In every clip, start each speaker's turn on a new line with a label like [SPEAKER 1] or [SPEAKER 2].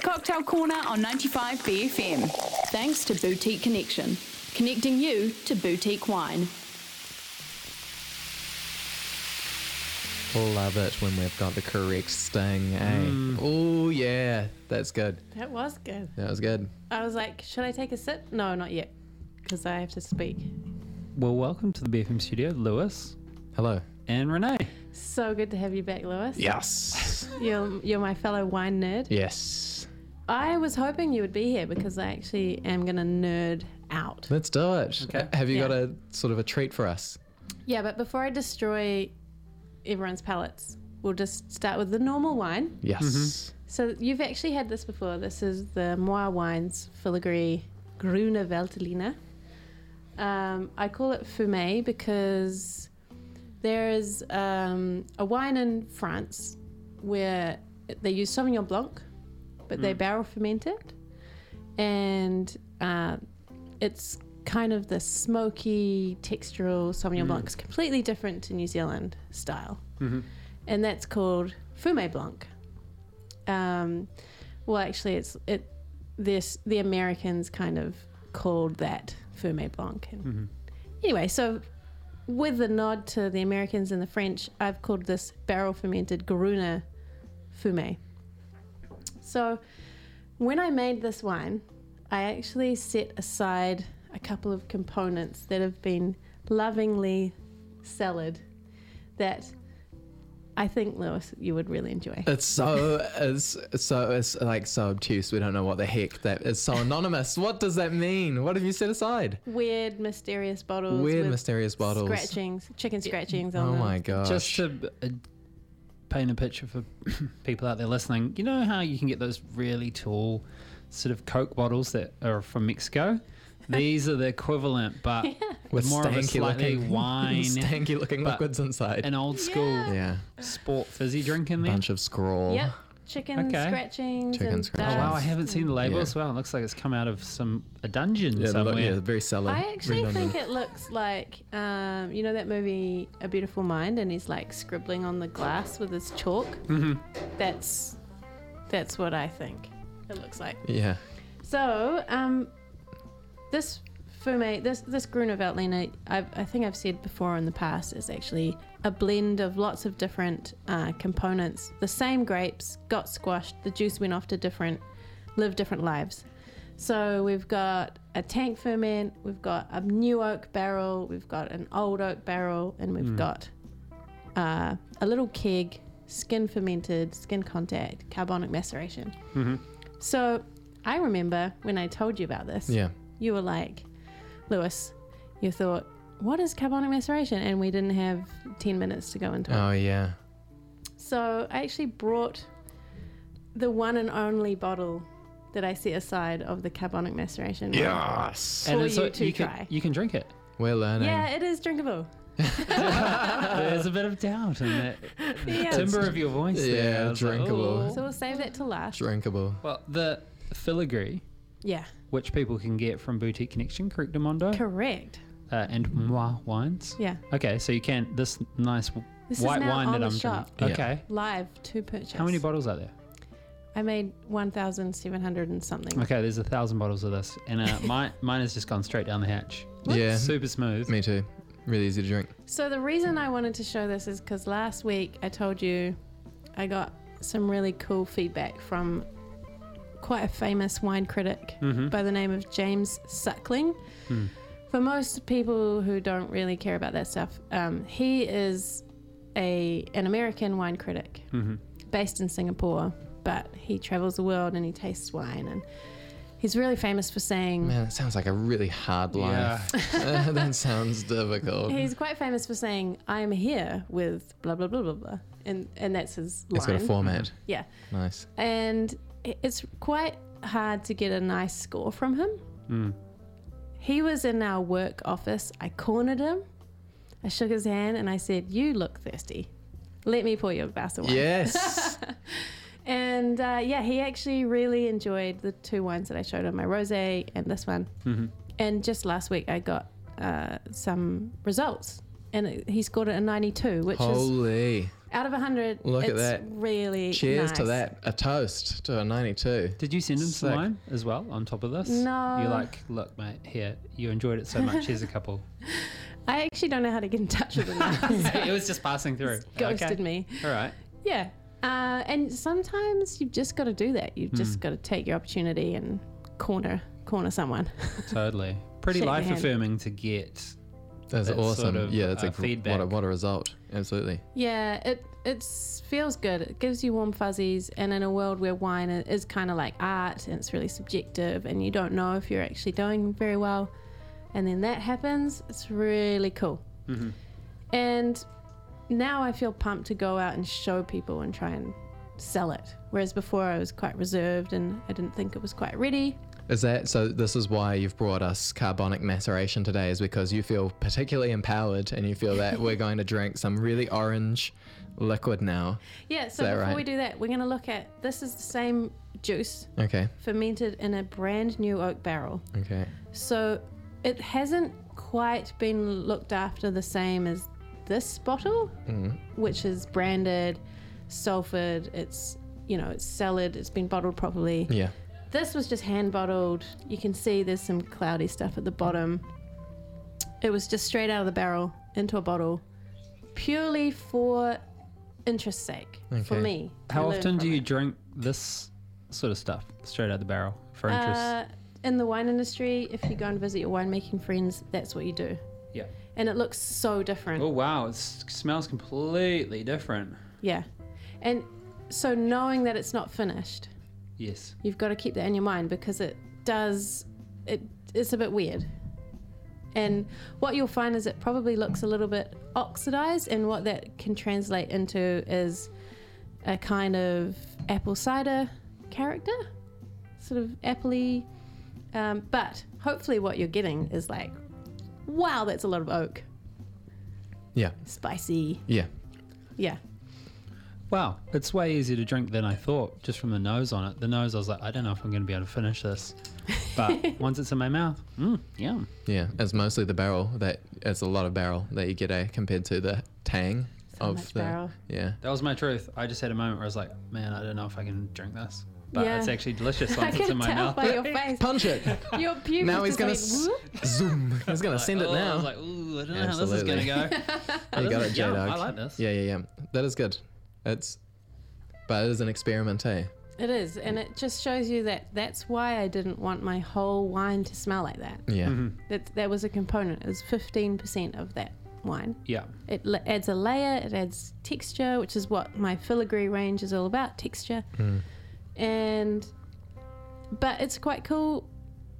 [SPEAKER 1] Cocktail Corner on 95BFM.
[SPEAKER 2] Thanks to Boutique Connection, connecting you to boutique wine.
[SPEAKER 3] Love it when we've got the correct sting, eh?
[SPEAKER 4] Mm.
[SPEAKER 3] Oh, yeah. That's good.
[SPEAKER 4] That was good.
[SPEAKER 3] That was good.
[SPEAKER 4] I was like, should I take a sip? No, not yet, because I have to speak.
[SPEAKER 5] Well, welcome to the BFM studio, Lewis
[SPEAKER 3] Hello.
[SPEAKER 5] and Renee.
[SPEAKER 4] So good to have you back, Lewis.
[SPEAKER 3] Yes.
[SPEAKER 4] You're, you're my fellow wine nerd.
[SPEAKER 3] yes.
[SPEAKER 4] I was hoping you would be here because I actually am going to nerd out.
[SPEAKER 3] Let's do it.
[SPEAKER 5] Okay.
[SPEAKER 3] Have you got
[SPEAKER 4] Yeah.
[SPEAKER 3] a sort of a treat for us?
[SPEAKER 4] Yeah, but before I destroy everyone's palates, we'll just start with the normal wine.
[SPEAKER 3] Yes.
[SPEAKER 4] So you've actually had this before. This is the Moir Wines Filigree Grüne Veltliner. Um, I call it Fumé because there is um, a wine in France where they use Sauvignon Blanc, but they barrel ferment it, and uh, it's kind of the smoky textural Sauvignon Blanc. It's completely different to New Zealand style, and that's called Fumé Blanc. Um, well, actually, it's it. This the Americans kind of called that Fumé Blanc. And Anyway, so with the nod to the Americans and the French, I've called this barrel fermented Garuna Fumé. So when I made this wine, I actually set aside a couple of components that have been lovingly cellared that I think, Lewis, you would really enjoy.
[SPEAKER 3] It's so it's so it's like so obtuse. We don't know what the heck that it's so anonymous. what does that mean? What have you set aside?
[SPEAKER 4] Weird, mysterious bottles.
[SPEAKER 3] Weird
[SPEAKER 4] with
[SPEAKER 3] mysterious bottles.
[SPEAKER 4] Scratchings, chicken scratchings on
[SPEAKER 3] Oh
[SPEAKER 4] them.
[SPEAKER 3] my gosh.
[SPEAKER 5] Just to uh, paint a picture for people out there listening, you know how you can get those really tall sort of Coke bottles that are from Mexico? These are the equivalent, but with
[SPEAKER 3] With
[SPEAKER 5] more of a
[SPEAKER 3] stanky
[SPEAKER 5] slightly
[SPEAKER 3] looking-
[SPEAKER 5] wine,
[SPEAKER 3] stanky looking
[SPEAKER 5] but-
[SPEAKER 3] liquids inside.
[SPEAKER 5] an old school
[SPEAKER 3] yeah.
[SPEAKER 5] sport fizzy drink in there.
[SPEAKER 3] Bunch of scroll.
[SPEAKER 4] Yep. Chicken
[SPEAKER 5] Okay.
[SPEAKER 4] scratchings.
[SPEAKER 3] Chicken
[SPEAKER 4] and
[SPEAKER 3] scratchings.
[SPEAKER 5] Oh wow, I
[SPEAKER 4] dust.
[SPEAKER 5] haven't seen the label
[SPEAKER 3] Yeah.
[SPEAKER 5] as well. It looks like it's come out of some a dungeon
[SPEAKER 3] Yeah,
[SPEAKER 5] somewhere.
[SPEAKER 3] look, yeah, very solid.
[SPEAKER 4] I actually think it looks like, um, you know, that movie A Beautiful Mind, and he's like scribbling on the glass with his chalk. Mm-hmm. That's that's what I think it looks like.
[SPEAKER 3] Yeah.
[SPEAKER 4] So, um, this fume, this this Gruner Veltliner, I've, I think I've said before in the past, is actually a blend of lots of different uh, components. The same grapes got squashed. The juice went off to different, live different lives. So we've got a tank ferment, we've got a new oak barrel, we've got an old oak barrel, and we've got uh, a little keg, skin fermented, skin contact, carbonic maceration. So I remember when I told you about this,
[SPEAKER 3] Yeah.
[SPEAKER 4] you were like, Lewis, you thought, what is carbonic maceration? And we didn't have 10 minutes to go into it.
[SPEAKER 3] Oh yeah.
[SPEAKER 4] So I actually brought the one and only bottle that I set aside of the carbonic maceration.
[SPEAKER 3] Yes.
[SPEAKER 4] for
[SPEAKER 5] a-
[SPEAKER 4] you to
[SPEAKER 5] you
[SPEAKER 4] try.
[SPEAKER 5] Can, you can drink it.
[SPEAKER 3] We're learning.
[SPEAKER 4] Yeah, it is drinkable.
[SPEAKER 5] There's a bit of doubt in that
[SPEAKER 4] Yeah.
[SPEAKER 5] timbre of your voice. there.
[SPEAKER 3] Yeah,
[SPEAKER 5] I was like,
[SPEAKER 3] drinkable.
[SPEAKER 4] So we'll save that to last.
[SPEAKER 3] Drinkable.
[SPEAKER 5] "Ooh." well, the filigree,
[SPEAKER 4] Yeah,
[SPEAKER 5] which people can get from Boutique Connection, correct, Amondo,
[SPEAKER 4] correct.
[SPEAKER 5] uh, and Moi wines.
[SPEAKER 4] Yeah.
[SPEAKER 5] Okay, so you can this nice w-
[SPEAKER 4] This is
[SPEAKER 5] white
[SPEAKER 4] now
[SPEAKER 5] wine
[SPEAKER 4] on
[SPEAKER 5] that
[SPEAKER 4] the
[SPEAKER 5] I'm
[SPEAKER 4] shop.
[SPEAKER 3] Yeah.
[SPEAKER 5] drinking. Okay.
[SPEAKER 4] Live to purchase.
[SPEAKER 5] How many bottles are there?
[SPEAKER 4] I made 1,700 and something.
[SPEAKER 5] Okay, there's a thousand bottles of this, and uh, mine mine has just gone straight down the hatch.
[SPEAKER 3] Yeah.
[SPEAKER 5] Super smooth.
[SPEAKER 3] Me too. Really easy to drink.
[SPEAKER 4] So the reason I wanted to show this is because last week I told you I got some really cool feedback from quite a famous wine critic by the name of James Suckling. For most people who don't really care about that stuff, um, he is a an American wine critic based in Singapore, but he travels the world and he tastes wine and he's really famous for saying
[SPEAKER 3] Man, that sounds like a really hard
[SPEAKER 5] Yeah.
[SPEAKER 3] life. that sounds difficult.
[SPEAKER 4] He's quite famous for saying, "I'm here with blah blah blah blah blah," and and that's his line.
[SPEAKER 3] It's got a format.
[SPEAKER 4] Yeah,
[SPEAKER 3] Nice.
[SPEAKER 4] and i- it's quite hard to get a nice score from him.
[SPEAKER 3] Hmm.
[SPEAKER 4] He was in our work office. I cornered him. I shook his hand and I said, "You look thirsty. Let me pour you a glass of wine."
[SPEAKER 3] Yes.
[SPEAKER 4] And uh, yeah, he actually really enjoyed the two wines that I showed him, my rosé and this one.
[SPEAKER 3] Mm-hmm.
[SPEAKER 4] And just last week, I got uh, some results, and it, he scored it a 92, which is
[SPEAKER 3] Holy.
[SPEAKER 4] Out of 100,
[SPEAKER 3] Look at
[SPEAKER 4] it's
[SPEAKER 3] that.
[SPEAKER 4] really
[SPEAKER 3] Cheers to
[SPEAKER 4] nice.
[SPEAKER 3] that. A toast to a 92.
[SPEAKER 5] Did you send him some
[SPEAKER 3] Sick.
[SPEAKER 5] wine as well on top of this?
[SPEAKER 4] No.
[SPEAKER 5] You're like, look, mate, here, you enjoyed it so much. Here's a couple.
[SPEAKER 4] I actually don't know how to get in touch with them. now.
[SPEAKER 5] it was just passing through.
[SPEAKER 4] Ghosted
[SPEAKER 5] Okay.
[SPEAKER 4] me.
[SPEAKER 5] All right.
[SPEAKER 4] Yeah. Uh, and sometimes you've just got to do that. You've
[SPEAKER 3] Mm.
[SPEAKER 4] just got to take your opportunity and corner corner someone.
[SPEAKER 5] Totally. Pretty
[SPEAKER 4] Shake my
[SPEAKER 5] life
[SPEAKER 4] hand.
[SPEAKER 5] affirming to get.
[SPEAKER 3] That's,
[SPEAKER 5] That's
[SPEAKER 3] awesome.
[SPEAKER 5] sort of,
[SPEAKER 3] yeah, that's
[SPEAKER 5] uh,
[SPEAKER 3] a gr- What a,
[SPEAKER 5] feedback.
[SPEAKER 3] what a result. Absolutely.
[SPEAKER 4] yeah, it it's feels good. It gives you warm fuzzies. And in a world where wine i- is kind of like art and it's really subjective and you don't know if you're actually doing very well, and then that happens, it's really cool.
[SPEAKER 3] Mm-hmm.
[SPEAKER 4] And now I feel pumped to go out and show people and try and sell it. Whereas before I was quite reserved and I didn't think it was quite ready.
[SPEAKER 3] Is that so? This is why you've brought us carbonic maceration today, is because you feel particularly empowered and you feel that we're going to drink some really orange liquid now.
[SPEAKER 4] Yeah, so
[SPEAKER 3] that
[SPEAKER 4] before
[SPEAKER 3] right?
[SPEAKER 4] we do that, we're going to look at this is the same juice
[SPEAKER 3] Okay.
[SPEAKER 4] fermented in a brand new oak barrel.
[SPEAKER 3] Okay.
[SPEAKER 4] So it hasn't quite been looked after the same as this bottle,
[SPEAKER 3] Mm-hmm.
[SPEAKER 4] which is branded, sulfured, it's you know, it's cellared, it's been bottled properly.
[SPEAKER 3] Yeah.
[SPEAKER 4] This was just hand bottled. You can see there's some cloudy stuff at the bottom. It was just straight out of the barrel into a bottle, purely for interest's sake. For
[SPEAKER 3] Okay.
[SPEAKER 4] me. to
[SPEAKER 5] How
[SPEAKER 4] learn
[SPEAKER 5] often do
[SPEAKER 4] from
[SPEAKER 5] you
[SPEAKER 4] it.
[SPEAKER 5] drink this sort of stuff straight out the barrel for interest?
[SPEAKER 4] Uh, in the wine industry, if you go and visit your winemaking friends, that's what you do.
[SPEAKER 5] yeah.
[SPEAKER 4] And it looks so different.
[SPEAKER 5] Oh wow, it s- smells completely different.
[SPEAKER 4] Yeah. And so knowing that it's not finished,
[SPEAKER 5] Yes.
[SPEAKER 4] you've got to keep that in your mind because it does it it's a bit weird. And what you'll find is it probably looks a little bit oxidized and what that can translate into is a kind of apple cider character, sort of appley. Um, but hopefully what you're getting is like, wow, that's a lot of oak.
[SPEAKER 3] Yeah.
[SPEAKER 4] Spicy.
[SPEAKER 3] Yeah.
[SPEAKER 4] Yeah.
[SPEAKER 5] Wow, it's way easier to drink than I thought just from the nose on it. The nose, I was like, I don't know if I'm going to be able to finish this, but once it's in my mouth, mm, yum.
[SPEAKER 3] Yeah. It's mostly the barrel that it's a lot of barrel that you get a compared to the tang of
[SPEAKER 4] much
[SPEAKER 3] the
[SPEAKER 4] barrel.
[SPEAKER 3] yeah.
[SPEAKER 5] That was my truth. I just had a moment where I was like, man, I don't know if I can drink this, but
[SPEAKER 4] Yeah.
[SPEAKER 5] it's actually delicious
[SPEAKER 4] I
[SPEAKER 5] once it's
[SPEAKER 4] can
[SPEAKER 5] in my
[SPEAKER 4] tell
[SPEAKER 5] mouth.
[SPEAKER 4] by your face.
[SPEAKER 3] Punch it.
[SPEAKER 4] Your pupils
[SPEAKER 3] now he's
[SPEAKER 4] just
[SPEAKER 3] gonna
[SPEAKER 4] went,
[SPEAKER 3] s-
[SPEAKER 4] "Whoop."
[SPEAKER 3] zoom. He's gonna send it
[SPEAKER 5] Oh, I
[SPEAKER 3] now.
[SPEAKER 5] was like, ooh, I don't know how this is going to go. Oh,
[SPEAKER 3] you
[SPEAKER 5] this
[SPEAKER 3] got
[SPEAKER 5] is
[SPEAKER 3] it, J
[SPEAKER 5] yum.
[SPEAKER 3] Dog.
[SPEAKER 5] I like this.
[SPEAKER 3] Yeah, yeah, yeah. That is good. It's, but it is an experiment, eh?
[SPEAKER 4] It is, and it just shows you that that's why I didn't want my whole wine to smell like that.
[SPEAKER 3] Yeah.
[SPEAKER 4] That that was a component. It was fifteen percent of that wine.
[SPEAKER 5] Yeah.
[SPEAKER 4] It l- adds a layer. It adds texture, which is what my filigree range is all about: texture.
[SPEAKER 3] Hmm.
[SPEAKER 4] And, but it's quite cool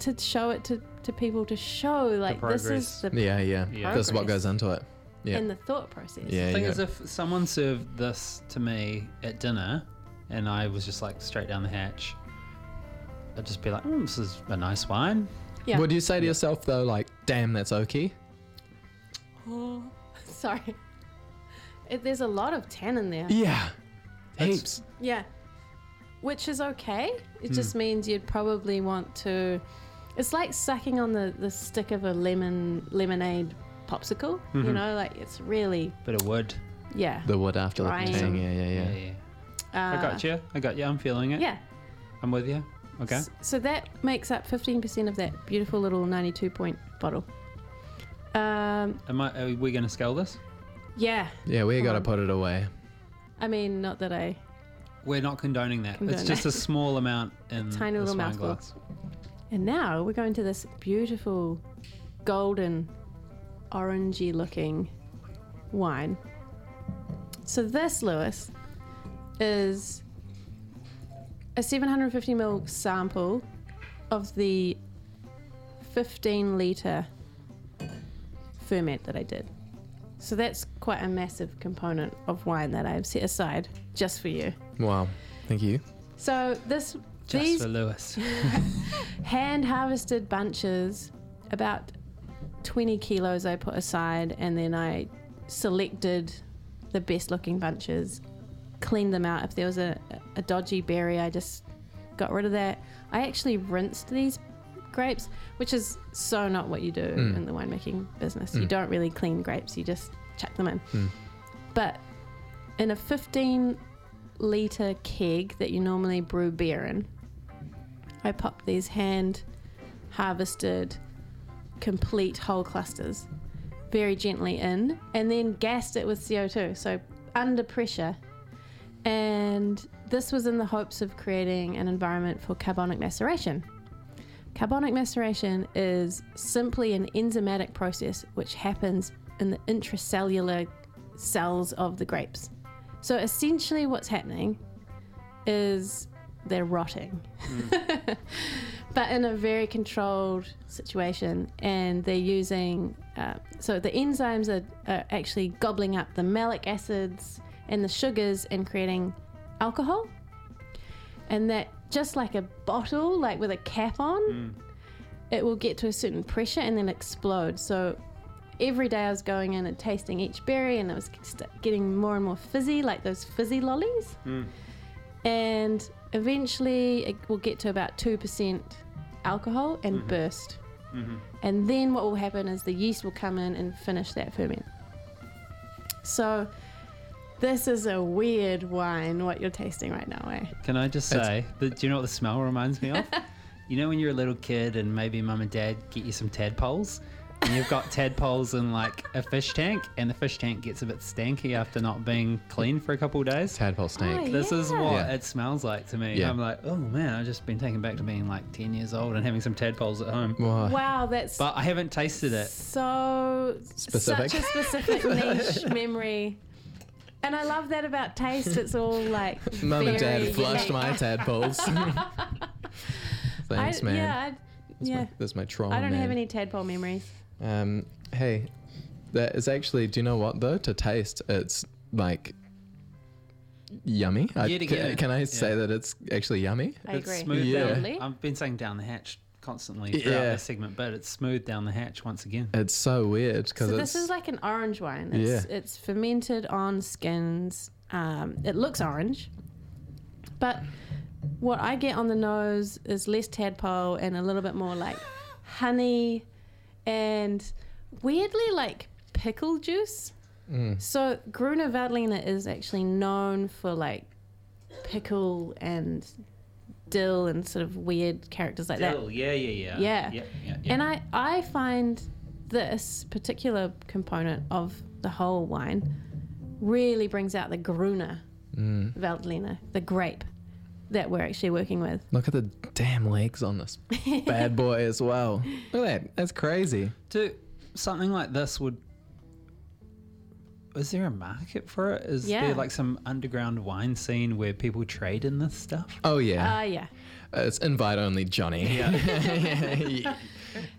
[SPEAKER 4] to show it to, to people to show like this is
[SPEAKER 5] progress.
[SPEAKER 4] the
[SPEAKER 3] Yeah, yeah.
[SPEAKER 5] Yeah.
[SPEAKER 3] This is what
[SPEAKER 4] Progress.
[SPEAKER 3] goes into it. Yeah.
[SPEAKER 4] and the thought process.
[SPEAKER 3] yeah,
[SPEAKER 5] The thing
[SPEAKER 3] yeah.
[SPEAKER 5] is, if someone served this to me at dinner and I was just like straight down the hatch, I'd just be like, mm, this is a nice wine.
[SPEAKER 4] Yeah.
[SPEAKER 3] Would you say to yourself though, like, damn, that's oaky?
[SPEAKER 4] Sorry. It, there's a lot of tannin there.
[SPEAKER 3] Yeah.
[SPEAKER 5] That's-
[SPEAKER 3] Heaps.
[SPEAKER 4] Yeah. Which is okay.
[SPEAKER 5] Hmm.
[SPEAKER 4] It just means you'd probably want to. It's like sucking on the, the stick of a lemon lemonade popsicle.
[SPEAKER 5] Mm-hmm.
[SPEAKER 4] You know, like it's really
[SPEAKER 5] But it would.
[SPEAKER 4] yeah.
[SPEAKER 3] The wood after the
[SPEAKER 4] Drying.
[SPEAKER 3] tang. Yeah, yeah, yeah.
[SPEAKER 4] Uh,
[SPEAKER 5] I got you. I got you. I'm feeling it.
[SPEAKER 4] Yeah.
[SPEAKER 5] I'm with you. Okay.
[SPEAKER 4] S- So that makes up fifteen percent of that beautiful little ninety-two point bottle. Um.
[SPEAKER 5] Am I, are we going to scale this?
[SPEAKER 4] Yeah.
[SPEAKER 3] Yeah, we
[SPEAKER 4] Come
[SPEAKER 3] gotta
[SPEAKER 4] on.
[SPEAKER 3] put it away.
[SPEAKER 4] I mean, not that I.
[SPEAKER 5] We're not condoning that.
[SPEAKER 4] Condone
[SPEAKER 5] it's just
[SPEAKER 4] that.
[SPEAKER 5] a small amount in
[SPEAKER 4] tiny little
[SPEAKER 5] this wine
[SPEAKER 4] mouthful.
[SPEAKER 5] glass.
[SPEAKER 4] And now we're going to this beautiful, golden, orangey looking wine. So, this, Lewis, is a 750ml sample of the 15 litre ferment that I did. So, that's quite a massive component of wine that I've set aside just for you.
[SPEAKER 3] Wow. Thank you.
[SPEAKER 4] So, this.
[SPEAKER 5] Just
[SPEAKER 4] these
[SPEAKER 5] for Lewis.
[SPEAKER 4] hand harvested bunches, about 20 kilos I put aside, and then I selected the best looking bunches, cleaned them out. If there was a, a dodgy berry, I just got rid of that. I actually rinsed these grapes, which is so not what you do in the winemaking business. You don't really clean grapes, you just chuck them in. But in a 15 liter keg that you normally brew beer in. I popped these hand harvested complete whole clusters very gently in and then gassed it with CO2, so under pressure. And this was in the hopes of creating an environment for carbonic maceration. Carbonic maceration is simply an enzymatic process which happens in the intracellular cells of the grapes. So essentially, what's happening is they're rotting, but in a very controlled situation, and they're using uh, so the enzymes are, are actually gobbling up the malic acids and the sugars and creating alcohol and that just like a bottle, like with a cap on, it will get to a certain pressure and then explode. So every day I was going in and tasting each berry, and it was st- getting more and more fizzy, like those fizzy lollies. And eventually, it will get to about two percent alcohol and
[SPEAKER 3] Mm-hmm.
[SPEAKER 4] burst. And then what will happen is the yeast will come in and finish that ferment. So. This is a weird wine, what you're tasting right now, eh?
[SPEAKER 5] Can I just say that? Do you know what the smell reminds me of? you know when you're a little kid and maybe mum and dad get you some tadpoles, and you've got tadpoles in like a fish tank, and the fish tank gets a bit stanky after not being clean for a couple of days.
[SPEAKER 3] Tadpole snake.
[SPEAKER 4] Oh,
[SPEAKER 5] This is what
[SPEAKER 3] Yeah.
[SPEAKER 5] it smells like to me.
[SPEAKER 3] Yeah.
[SPEAKER 5] I'm like, oh man, I've just been taken back to being like 10 years old and having some tadpoles at home.
[SPEAKER 3] Whoa.
[SPEAKER 4] Wow, that's
[SPEAKER 5] But I haven't tasted it.
[SPEAKER 4] so
[SPEAKER 3] Specific.
[SPEAKER 4] such a specific niche memory. And I love that about taste. It's all like
[SPEAKER 3] Mum and
[SPEAKER 4] very
[SPEAKER 3] Dad flushed
[SPEAKER 4] unique.
[SPEAKER 3] my tadpoles.
[SPEAKER 4] I-
[SPEAKER 3] Thanks, man.
[SPEAKER 4] Yeah, I,
[SPEAKER 3] That's my-
[SPEAKER 4] yeah.
[SPEAKER 3] that's my trauma.
[SPEAKER 4] I don't
[SPEAKER 3] man.
[SPEAKER 4] have any tadpole memories.
[SPEAKER 3] Um, hey, that is actually. Do you know what though? To taste, it's like yummy. I,
[SPEAKER 5] Yet
[SPEAKER 3] ca-
[SPEAKER 5] again.
[SPEAKER 3] Can, I say
[SPEAKER 5] Yeah.
[SPEAKER 3] that it's actually yummy?
[SPEAKER 4] I
[SPEAKER 5] it's
[SPEAKER 4] agree.
[SPEAKER 5] smooth
[SPEAKER 3] Yeah.
[SPEAKER 5] down.
[SPEAKER 4] Totally.
[SPEAKER 5] I've been saying down the hatch constantly throughout
[SPEAKER 3] Yeah.
[SPEAKER 5] this segment, but it's smooth down the hatch once again.
[SPEAKER 3] It's so weird because
[SPEAKER 4] So
[SPEAKER 3] it's
[SPEAKER 4] this is like an orange wine. It's,
[SPEAKER 3] Yeah.
[SPEAKER 4] it's fermented on skins. Um, it looks orange, but what I get on the nose is less tadpole and a little bit more like honey, and weirdly like pickle juice.
[SPEAKER 3] Mm.
[SPEAKER 4] So Gruner Veltliner is actually known for like pickle and dill and sort of weird characters like that.
[SPEAKER 5] Dill, yeah, yeah, yeah.
[SPEAKER 4] Yeah.
[SPEAKER 5] Yep, yeah, yeah.
[SPEAKER 4] And I, I find this particular component of the whole wine really brings out the Gruner Veltliner, the grape that we're actually working with.
[SPEAKER 3] look at the damn legs on this bad boy as well. Look at that. That's crazy.
[SPEAKER 5] Do something like this would. Is there a market for it? Is
[SPEAKER 4] Yeah.
[SPEAKER 5] there like some underground wine scene where people trade in this stuff?
[SPEAKER 3] Oh
[SPEAKER 4] Ah,
[SPEAKER 3] yeah,
[SPEAKER 4] yeah. Uh,
[SPEAKER 3] it's invite only, Johnny. Yeah.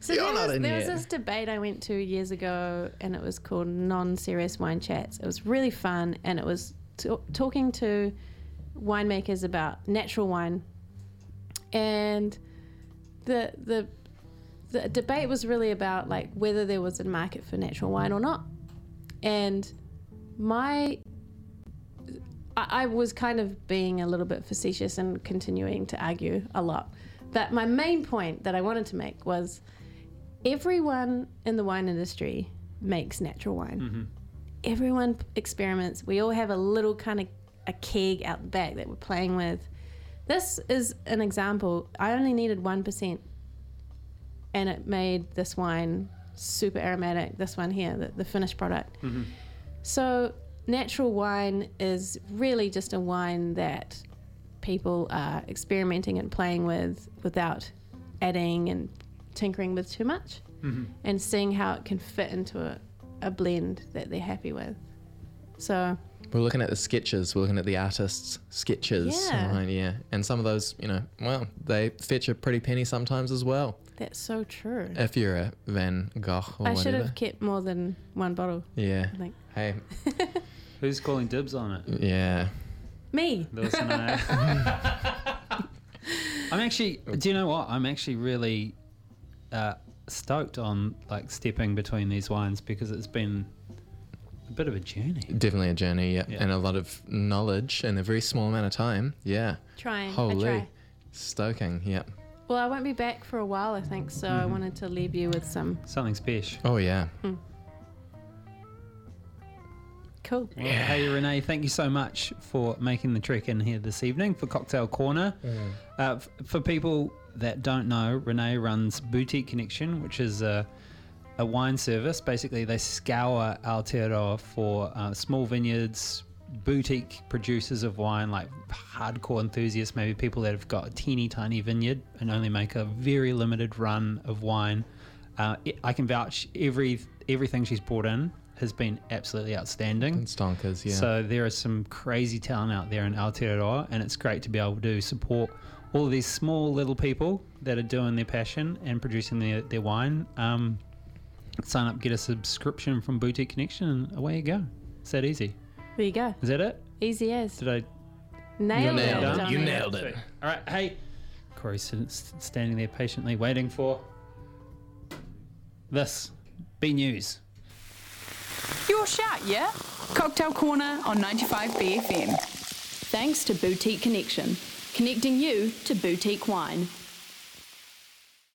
[SPEAKER 4] So
[SPEAKER 3] You're
[SPEAKER 4] there,
[SPEAKER 3] not
[SPEAKER 4] was,
[SPEAKER 3] in
[SPEAKER 4] there was
[SPEAKER 3] here.
[SPEAKER 4] this debate I went to years ago, and it was called Non-Serious Wine Chats. It was really fun, and it was t- talking to winemakers about natural wine, and the the the debate was really about like whether there was a market for natural wine or not, and my I, I was kind of being a little bit facetious and continuing to argue a lot. But my main point that I wanted to make was everyone in the wine industry makes natural wine. Everyone p- experiments. We all have a little kind of a keg out the back that we're playing with. This is an example. I only needed 1% and it made this wine super aromatic. This one here, the, the finished product. So, natural wine is really just a wine that people are experimenting and playing with without adding and tinkering with too much and seeing how it can fit into a, a blend that they're happy with. So,
[SPEAKER 3] We're looking at the sketches. We're looking at the artists' sketches.
[SPEAKER 4] Yeah.
[SPEAKER 3] Right, yeah. And some of those, you know, well, they fetch a pretty penny sometimes as well.
[SPEAKER 4] that's so true.
[SPEAKER 3] If you're a Van Gogh or
[SPEAKER 4] I should
[SPEAKER 3] whatever.
[SPEAKER 4] have kept more than one bottle.
[SPEAKER 3] Yeah.
[SPEAKER 4] I think.
[SPEAKER 3] Hey.
[SPEAKER 5] Who's calling dibs on it?
[SPEAKER 3] Yeah.
[SPEAKER 4] Me.
[SPEAKER 5] Lewis and I. I'm actually. Do you know what? I'm actually really uh, stoked on like stepping between these wines because it's been a bit of a journey.
[SPEAKER 3] Definitely a journey. Yeah.
[SPEAKER 5] Yeah.
[SPEAKER 3] And a lot of knowledge in a very small amount of time. Yeah.
[SPEAKER 4] Trying. I
[SPEAKER 3] Holy.
[SPEAKER 4] try.
[SPEAKER 3] Stoking. Yeah.
[SPEAKER 4] Well, I won't be back for a while, I think, so
[SPEAKER 3] Mm-hmm.
[SPEAKER 4] I wanted to leave you with some
[SPEAKER 5] Something special.
[SPEAKER 3] Oh, yeah.
[SPEAKER 4] Cool.
[SPEAKER 5] Well, Hey, Renee, thank you so much for making the trek in here this evening for Cocktail Corner. Uh, f- for people that don't know, Renee runs Boutique Connection, which is a, a wine service. Basically, they scour Aotearoa for uh, small vineyards, boutique producers of wine, like hardcore enthusiasts, maybe people that have got a teeny tiny vineyard and only make a very limited run of wine. Uh, I- I can vouch every everything she's brought in has been absolutely outstanding.
[SPEAKER 3] It's donkers, yeah.
[SPEAKER 5] So there is some crazy talent out there in Aotearoa, and it's great to be able to support all of these small little people that are doing their passion and producing their, their wine. Um, sign up, get a subscription from Boutique Connection, and away you go. It's that easy.
[SPEAKER 4] There you go.
[SPEAKER 5] Is that it?
[SPEAKER 4] Easy as.
[SPEAKER 5] Did I?
[SPEAKER 4] Nailed,
[SPEAKER 3] nailed
[SPEAKER 4] it.
[SPEAKER 3] it.
[SPEAKER 4] Johnny.
[SPEAKER 3] You nailed it.
[SPEAKER 5] Sweet. All right. Hey, Corey's st- st- standing there patiently waiting for this. B News.
[SPEAKER 1] Your shout, yeah? Cocktail Corner on 95BFM.
[SPEAKER 2] Thanks to Boutique Connection, connecting you to boutique wine.